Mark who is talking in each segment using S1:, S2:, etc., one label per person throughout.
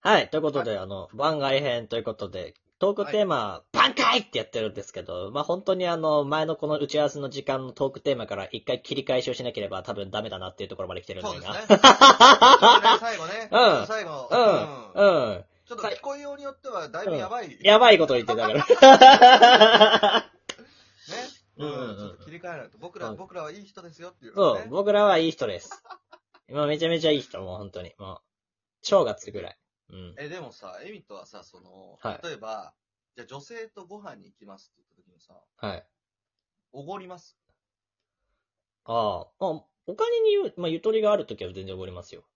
S1: はい、ということで、あの、番外編ということで、トークテーマ、挽回ってやってるんですけど、まあ、本当にあの、前のこの打ち合わせの時間のトークテーマから一回切り返しをしなければ多分ダメだなっていうところまで来てるんだ
S2: そ
S1: よ
S2: うです
S1: な。
S2: ね。 そうですね最後ね。
S1: うん
S2: 最後、
S1: う
S2: うん
S1: ん、うん。
S2: ちょっと聞こえようによっては、だいぶやばい。ね。
S1: やばいこと言ってた から。
S2: う
S1: うんうんうん
S2: ん。ちょっと切り替えないと。僕ら、
S1: うん
S2: 僕らはいい人ですよっていう、ね。
S1: そう、僕らはいい人です。今めちゃめちゃいい人、もう本当に。もう、超がつくぐらい。うん。
S2: え、でもさ、エミとはさ、その、
S1: はい
S2: 例えば、じゃあ女性とご飯に行きますって言った時にさ、
S1: はい。
S2: おごります。
S1: ああ、まあ、お金にゆ、まあ、ゆとりがあるときは全然おごりますよ。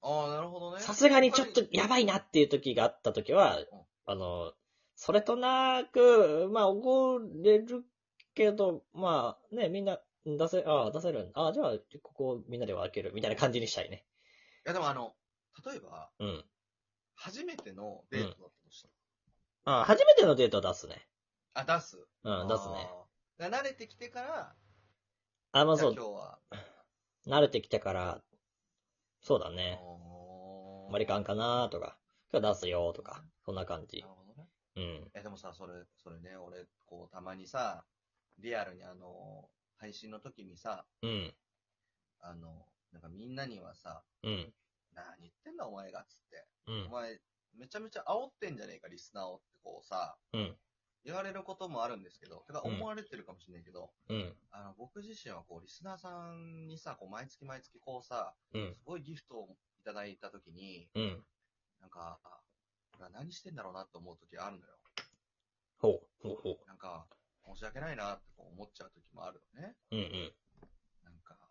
S2: ああ、なるほどね。
S1: さすがにちょっとやばいなっていう時があった時は、あの、それとなく、まあ、おごれるけど、まあ、ね、みんな、出せ、ああ、出せる。ああ、じゃあ、ここみんなで分ける、みたいな感じにしたいね。
S2: いやでもあの、例えば、
S1: うん。
S2: 初めてのデートだったとした
S1: ああ、初めてのデートは出すね。
S2: ら、あ、出す。
S1: うん、出すね。
S2: あー。慣れてきてから、
S1: ああ、まあ
S2: じゃ
S1: そ
S2: あ
S1: う
S2: 今、日は、
S1: 慣れてきてから、そうだね。
S2: おー
S1: 割り勘かなとか、今日出すよとか、そんな感じ
S2: な。るほどね。
S1: うん。
S2: え、でもさ、それ、それね、俺、こう、たまにさ、リアルにあの、配信の時にさ、
S1: うん。
S2: あの、なんかみんなにはさ、
S1: うん。
S2: 何言ってんだお前が、つって。
S1: うん
S2: お。前、めちゃめちゃ煽ってんじゃねえか、リスナーをってこうさ、
S1: うん。
S2: 言われることもあるんですけど、てか
S1: うん
S2: 思われてるかもしれないけど、
S1: うん。
S2: あの、僕自身はこう、リスナーさんにさ、こう、毎月毎月こうさ、
S1: うん。
S2: すごいギフトをいただいたときに、
S1: うん。
S2: なんか、あ俺は何してんだろうなって思うときあるのよ。
S1: ほう。ほうほ
S2: なんか、申し訳ないなってこう思っちゃうときもあるのね。
S1: う。うんうん。
S2: なんか、だか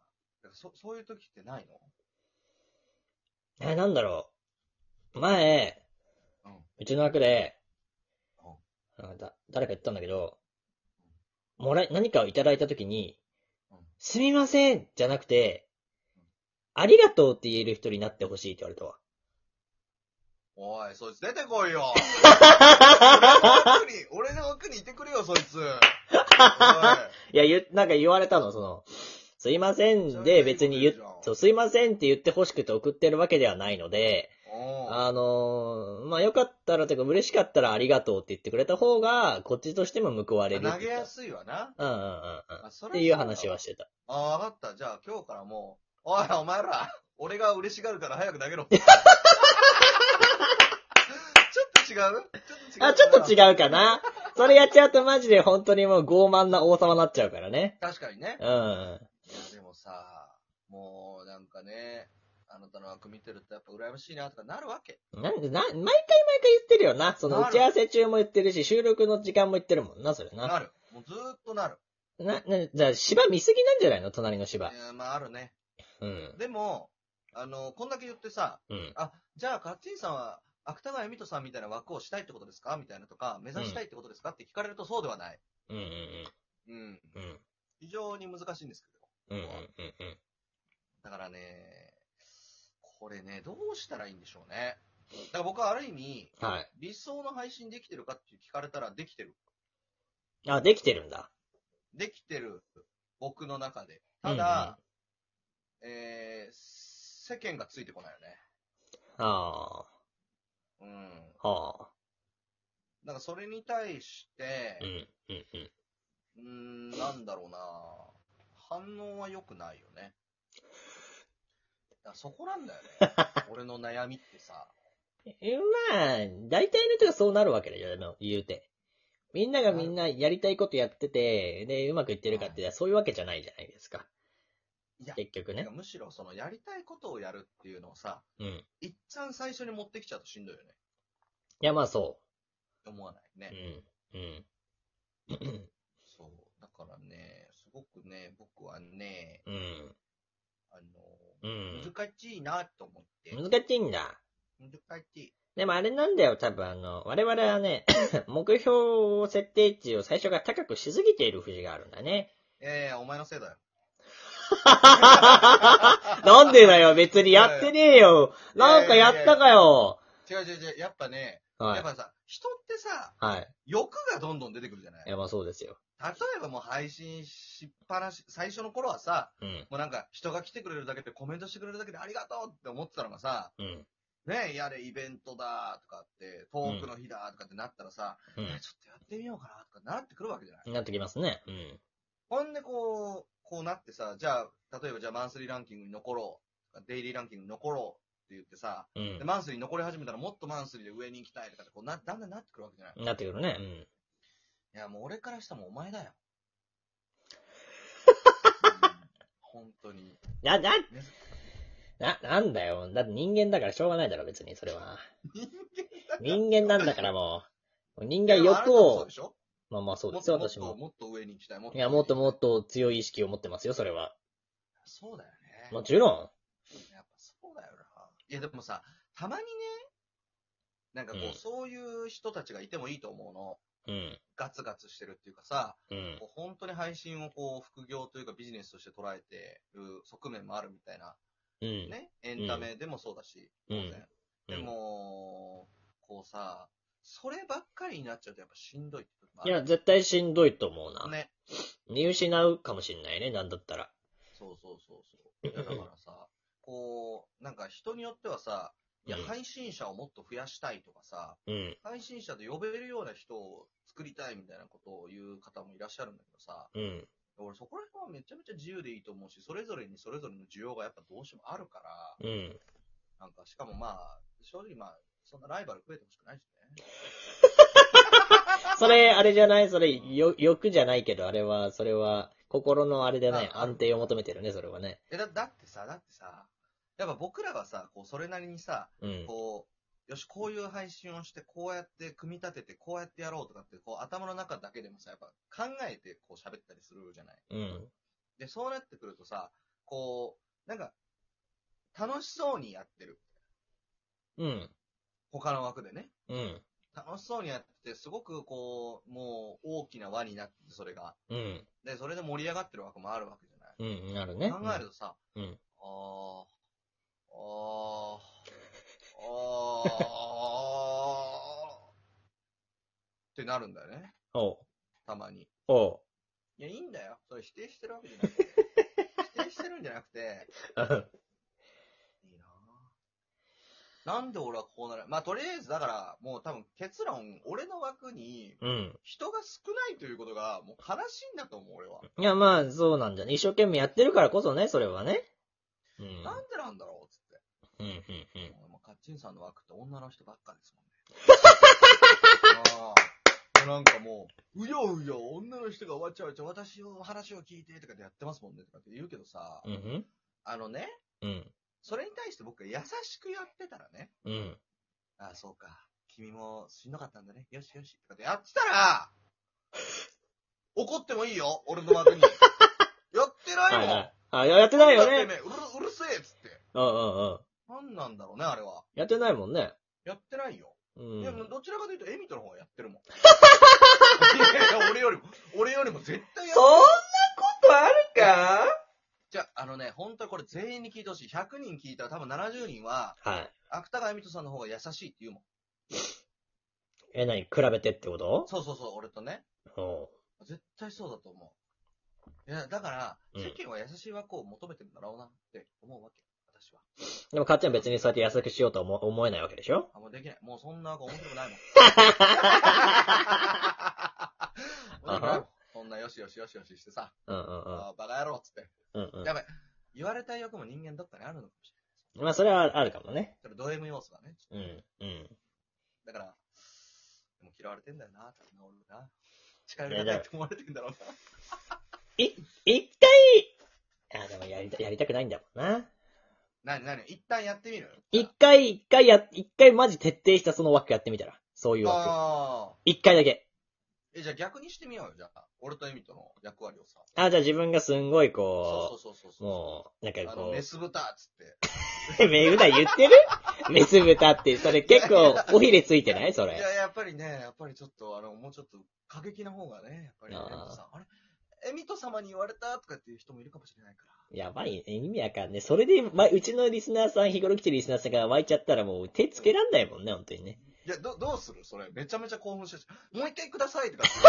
S2: らそそういうときってないの
S1: え、なんだろう。前、
S2: うん。
S1: うちの枠で
S2: う、
S1: あだ誰か言ったんだけど、もらい、何かをいただいたときに
S2: うん、
S1: すみませんじゃなくて、ありがとうって言える人になってほしいって言われたわ。
S2: おい、そいつ出てこいよ俺の奥に、俺の奥にいてくれよ、そいつ。おい
S1: いや、言う、なんか言われたの、その、すいませんで別に言っ
S2: めちゃめちゃいいこと言うじゃん
S1: そう、すいませんって言って欲しくて送ってるわけではないので、
S2: おう
S1: あのーまあ、よかったらというか嬉しかったらありがとうって言ってくれた方が、こっちとしても報われる
S2: 投
S1: って
S2: げ
S1: 言
S2: や
S1: った。
S2: すいわな。
S1: うんうんうんうん。
S2: あそ
S1: っ
S2: れ
S1: ていう話はしてた。
S2: ああ、わかった。じゃあ今日からもう、おい、お前ら、俺が嬉しがるから早く投 げろ。ちょっと違うちょっと違うかな
S1: あ、ちょっと違うかな。それやっちゃうとマジで本当にもう傲慢な王様になっちゃうからね。
S2: 確かにね。
S1: うんうん。
S2: いや、でもさ、もうなんかね、あなたの枠見てるとやっぱ羨ましいなとかなるわけ。
S1: なんで、な、毎回毎回言ってるよな。その打ち合わせ中も言ってるし、収録の時間も言ってるもんな、それな。
S2: なる。もうずーっとなる。
S1: な、な、じゃあ芝見すぎなんじゃないの隣の芝。
S2: えーまああるね。
S1: うん。
S2: でも、あの、こんだけ言ってさ、
S1: うん。
S2: あ、じゃあカッチンさんは、芥川恵美人さんみたいな枠をしたいってことですかみたいなとか、目指したいってことですか、って聞かれるとそうではない。
S1: うんうん
S2: うん。
S1: うん。うん。
S2: 非常に難しいんですけど。
S1: うんうんうんうん。
S2: だからね、これね、どうしたらいいんでしょうね。だから僕はある意味、
S1: はい。
S2: 理想の配信できてるかって聞かれたら、できてる。
S1: あ、できてるんだ。
S2: できてる、僕の中で。ただ、えー、世間がついてこないよね。
S1: あ
S2: うん。
S1: あ、はあ。
S2: なんかそれに対して
S1: う、ん、うん、うん。
S2: うーん、なんだろうな反応は良くないよね。だからそこなん だよね。俺の悩みってさ。
S1: えまあ、大体の人がそうなるわけだよ、でも言うて。みんながみんなやりたいことやってて、で、うまくいってるかって、そういうわけじゃないじゃないですか。
S2: いや、
S1: 結局
S2: て
S1: ね
S2: か。むしろそのやりたいことをやるっていうのをさ、
S1: うん。い
S2: いっちゃん最初に持ってきちゃうとしんどいよね。
S1: や、まあそ。
S2: 思わないうね。
S1: うん。うん。
S2: そう。だからね、すごくね、僕はね、
S1: うん。
S2: あ
S1: う
S2: の、
S1: ん。
S2: 難しいなと思って。
S1: 難しいんだ。
S2: 難しい。
S1: でもあれなんだよ、多分あの、我々はね、 目標を設定値を最初から高くしすぎている節があるんだね。
S2: ええお前のせいだよ。
S1: なんでだよ、別にやってねえよ。なんかやったかよ。
S2: 違う違う違う。やっぱね、
S1: は
S2: や
S1: い
S2: っ。ぱさ、人ってさ、
S1: はい。
S2: 欲がどんどん出てくるじゃない
S1: いや、まあそうですよ。
S2: 例えばもう配信しっぱなし、最初の頃はさ、
S1: うん。
S2: もうなんか人が来てくれるだけでコメントしてくれるだけでありがとうって思ってたのがさ、
S1: うん。
S2: ね、やれイベントだとかって、トークの日だとかってなったらさ、え
S1: う
S2: ちょっとやってみようかなとかなってくるわけじゃない。
S1: ん。なってきますね。うん。
S2: ほんでこう、こうなってさ、じゃあ、例えばじゃあマンスリーランキングに残ろうとか、デイリーランキングに残ろうって言ってさ、
S1: う
S2: でマンスリーに残り始めたらもっとマンスリーで上に行きたいとかってこうな、だんだんなってくるわけじゃない。
S1: ん。なってくるね。
S2: いや、もう俺からしたらもうお 前だよ。うん本当に。
S1: うん。な、な
S2: ね、
S1: な、なんだよ。だって人間だからしょうがないだろ、別に、それは。
S2: 人
S1: 人間なんだからもう。人
S2: 間
S1: 間欲
S2: そう
S1: を
S2: で、しょ
S1: まあまあそう
S2: も
S1: で
S2: っ
S1: すよ、
S2: ともっ
S1: 私
S2: と
S1: も。
S2: もっと上に行きたい。もっ
S1: い
S2: と上に
S1: や、もっともっと強い意識を持ってますよ、それは。
S2: そうだよね。
S1: もちろ
S2: やっぱそうだよな。いや、でもさ、たまにね、なんかこう、
S1: うん
S2: そういう人たちがいてもいいと思うの。
S1: ん。うん。
S2: ガツガツしてるっていうかさ、
S1: うん。
S2: こう本当に配信をこう、副業というかビジネスとして捉えてる側面もあるみたいな。
S1: うん。
S2: ね。エンタメでもそうだし、
S1: うん
S2: 当然。でも、こうさ、そればっかりになっちゃうとやっぱしんどいって時もあ
S1: い
S2: る。
S1: や、絶対しんどいと思うな。
S2: ね。
S1: 見失うかもしんないね、なんだったら。
S2: そうそうそうそう。いやだからさ、こう、なんか人によってはさ、いや、
S1: うん
S2: 配信者をもっと増やしたいとかさ、
S1: うん。
S2: 配信者で呼べるような人を作りたいみたいなことを言う方もいらっしゃるんだけどさ、
S1: うん。
S2: 俺そこら辺はめちゃめちゃ自由でいいと思うし、それぞれにそれぞれの需要がやっぱどうしてもあるから、
S1: うん。
S2: なんかしかもまあ、正直まあ、そんなライバル増えてほしくないしね。
S1: それ、あれじゃないそれ、よ、欲じゃないけど、あれは、それは、心のあれでない。
S2: あ
S1: 安定を求めてるね、それはね。
S2: えだ、だってさ、だってさ、やっぱ僕らはさ、こうそれなりにさ、
S1: うん。
S2: こう、よし、こういう配信をして、こうやって組み立てて、こうやってやろうとかって、こう頭の中だけでもさ、やっぱ考えてこう喋ったりするじゃない。
S1: うん。
S2: で、そうなってくるとさ、こう、なんか、楽しそうにやってる。
S1: うん。
S2: 他の枠でね。
S1: うん。
S2: 楽しそうにやってて、すごくこう、もう大きな輪になってて、それが。
S1: うん。
S2: で、それで盛り上がってる枠もあるわけじゃない。
S1: うん。なるね。
S2: 考えるとさ、
S1: うん。
S2: あー、あー、あー、ってなるんだよね。
S1: おう。
S2: たまに。
S1: おう。
S2: いや、いいんだよ。それ否定してるわけじゃない。否定してるんじゃなくて、いいなぁなんで俺はこうなるまあ、とりあえず、だから、もう多分結論、俺の枠に
S1: うん。
S2: 人が少ないということが、もう悲しいんだと思う、俺は。
S1: いや、まあ、そうなんじゃね。一生懸命やってるからこそね、それはね。うん。
S2: なんでなんだろうつって。
S1: うん、うん、
S2: もうカッチンさんの枠って女の人ばっかですも んね。ああ。なんかもう、うようよ、女の人がわちゃわちゃ、私の話を聞いてとかでやってますもんね、とかって言うけどさ、
S1: うん。うん、
S2: あのね、
S1: うん。
S2: それに対して僕が優しくやってたらね、
S1: うん。
S2: ああ、そうか。君もしんどかったんだね。よしよし。とかってやってたら、怒ってもいいよ、俺 の枠に。やってないもん。
S1: はいはい。あ、いややってないよ
S2: やって
S1: ね。
S2: ねえうるうるせえっつって。
S1: うん、うん、うん。
S2: なんなんだろうね、あれは。
S1: やってないもんね。
S2: やってないよ。
S1: う
S2: いや、
S1: ん。
S2: どちらかというと、エミトの方がやって るもん。いやいや俺よりも、俺よりも絶対や
S1: そんなことあるか
S2: じゃあ、あのね、本当にこれ全員に聞いてほしい。100人聞いたら多分70人は、
S1: はい。
S2: 芥川エミトさんの方が優しいって言うもん。
S1: え、何比べてってこと
S2: そうそうそう、俺とね。
S1: おう。
S2: 絶対そうだと思う。いや、だから、
S1: うん
S2: 世間は優しい枠を求めてるんだろうなって思うわけ。私は。
S1: でも、かっちゃん別にそうやって優しくしようとは思思えないわけでしょ
S2: あ、もうできない。もうそんな枠面白くな いもん。面白くないもんそんなよしよしよしよししてさ、
S1: うん、うん、うん。
S2: あーバカ野郎っつって。
S1: うん、うん。
S2: やばい。言われたい欲も人間どっかにあるのかもしれ
S1: まあ、それはあるかもね。
S2: ない。それド M 要素がね。
S1: うん、うん。
S2: だから、でも嫌われてんだよな、多分な、俺な。近寄りがたいって思われてんだろうな。
S1: 一回、あ、でもやりた、やりたくないんだもんな。
S2: なになに一旦やってみる
S1: 一回、一回や、一回マジ徹底したその枠やってみたら。そういう枠。
S2: ああ。
S1: 一回だけ。
S2: え、じゃあ逆にしてみようよ、じゃあ。俺とエミとの役割をさ。
S1: あ、じゃあ自分がすんごい
S2: そう
S1: こ
S2: そうそうそう
S1: う、
S2: そう。
S1: もう、なんか
S2: あの、
S1: こ
S2: メス豚っつって。
S1: う、めぐだ言ってるメス豚って、それ結構、おひれついてないそ
S2: い
S1: れ。
S2: や、やっぱりね、やっぱりちょっと、あの、もうちょっと過激な方がね、やっぱりね、
S1: あー
S2: エミトさん、あれエミト様に言われたとかっていう人もいるかもしれないから。
S1: やばい、意味わかんねえ。それで、ま、うちのリスナーさん、日頃来てるリスナーさんが湧いちゃったらもう手つけらんないもんね、本当にね。
S2: いや、ど、どうするそれ。めちゃめちゃ興奮してるしもう一回くださいとかって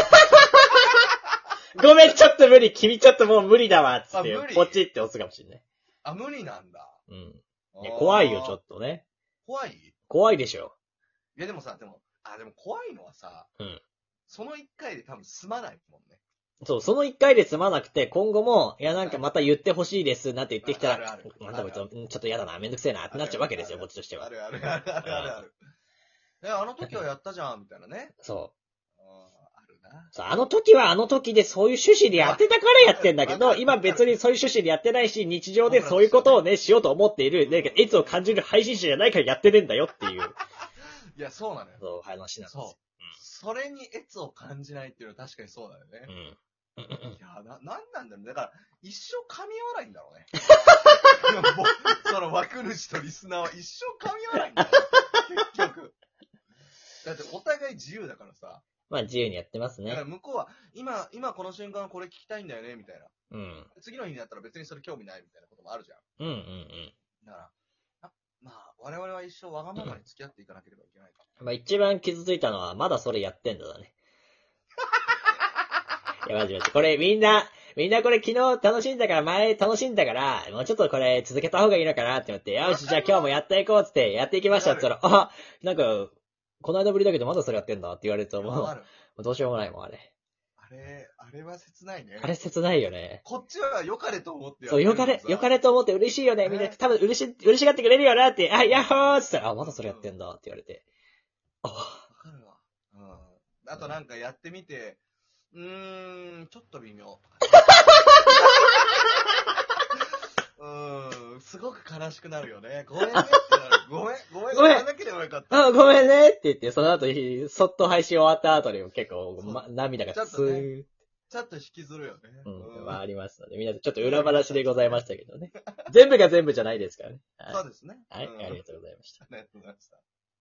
S1: ごめん、ちょっと無理、君ちょっともう無理だわ、つって
S2: あ無、理
S1: ポチって押すかもしれない。
S2: あ、無理なんだ。
S1: うん。いや怖いよ、ちょっとね。
S2: 怖いい
S1: 怖いでしょ。
S2: や、でもさ、でも、あ、でも怖いのはさ、
S1: うん
S2: その一回で多分済まないもんね。
S1: そう、その一回で済まなくて、今後も、いや、なんかまた言ってほしいです、なんて言ってきた
S2: あ
S1: ら
S2: るある、ある
S1: なんだこいつ、うんちょっと嫌だな、めんどくせえな、ってなっちゃうわけですよ、
S2: ある
S1: こ
S2: ある
S1: っちとして
S2: あ
S1: は。
S2: るあるあるあるあるある。ね、あの時はやったじゃん、みたいなね。
S1: そう。
S2: うんあるな。
S1: そうあの時はあの時でそういう趣旨でやってたからやってんだけ ど、今別にそういう趣旨でやってないし、日常でそういうことをね、しようと思っている、なんか、いつを感じる配信者じゃないからやってねえんだよっていう、
S2: いや、そうなのよ。
S1: そう、話なんです
S2: そう
S1: よ。。
S2: それに悦を感じないっていうのは確かにそうだよね。
S1: うん。うんうんうん
S2: いや、な、なんなんだろうね。だから、一生噛み合わないんだ ろうね。もうその枠主とリスナーは一生噛み合わないんだよ。結局。だってお互い自由だからさ。
S1: まあ自由にやってます
S2: だか
S1: ね
S2: ら。向こうは、今、今この瞬間これ聞きたいんだよね、みたいな。
S1: うん。
S2: 次の日になったら別にそれ興味ないみたいなこともあるじゃん。
S1: うんうんうん。
S2: だから、あまあ、我々は一生わがままに付き合っていかなければいけないか。
S1: まあ一番傷ついたのは、まだそれやってんだだね。 いや、マジマジ。これみんな、みんなこれ昨日楽しんだから、前楽しんだから、もうちょっとこれ続けた方がいいのかなって思って、よし、じゃあ今日もやっていこうっつって、やっていきましたって言ったら、あ、なんか、この間ぶりだけど まだそれやってんだって言われると、もう、
S2: わ
S1: も
S2: かる
S1: うどうしようもないもん、あれ。
S2: あれ、あれは切ないね。
S1: あれ切ないよね。
S2: こっちは良かれと思ってやっ
S1: そう、
S2: てる
S1: よ
S2: のにさ
S1: かれ、よかれと思って嬉しいよね、みんな。
S2: ね
S1: 多分嬉し、嬉しがってくれるよなって、あ、やっほーっつったら、あ、まだそれやってんだって言われて。あ、
S2: わかるわ。うん。あとなんかやってみて、うーん、ちょっと 微妙。うーん、すごく悲しくなるよね。ごめんねってなる。ごめん、ごめん、
S1: ごめん
S2: やらなければよかった。
S1: あごめんねって言って、その後、ひそっと配信終わった後にも結構、ま、涙がスーッと
S2: ちょっと引きずるよね。
S1: うん、
S2: ん
S1: まあありますので、皆さんちょっと裏話でございましたけどね。全部が全部じゃないですからね。はい
S2: そうですね。
S1: はい、
S2: うん
S1: ありがとうございました。
S2: ありがとうございました。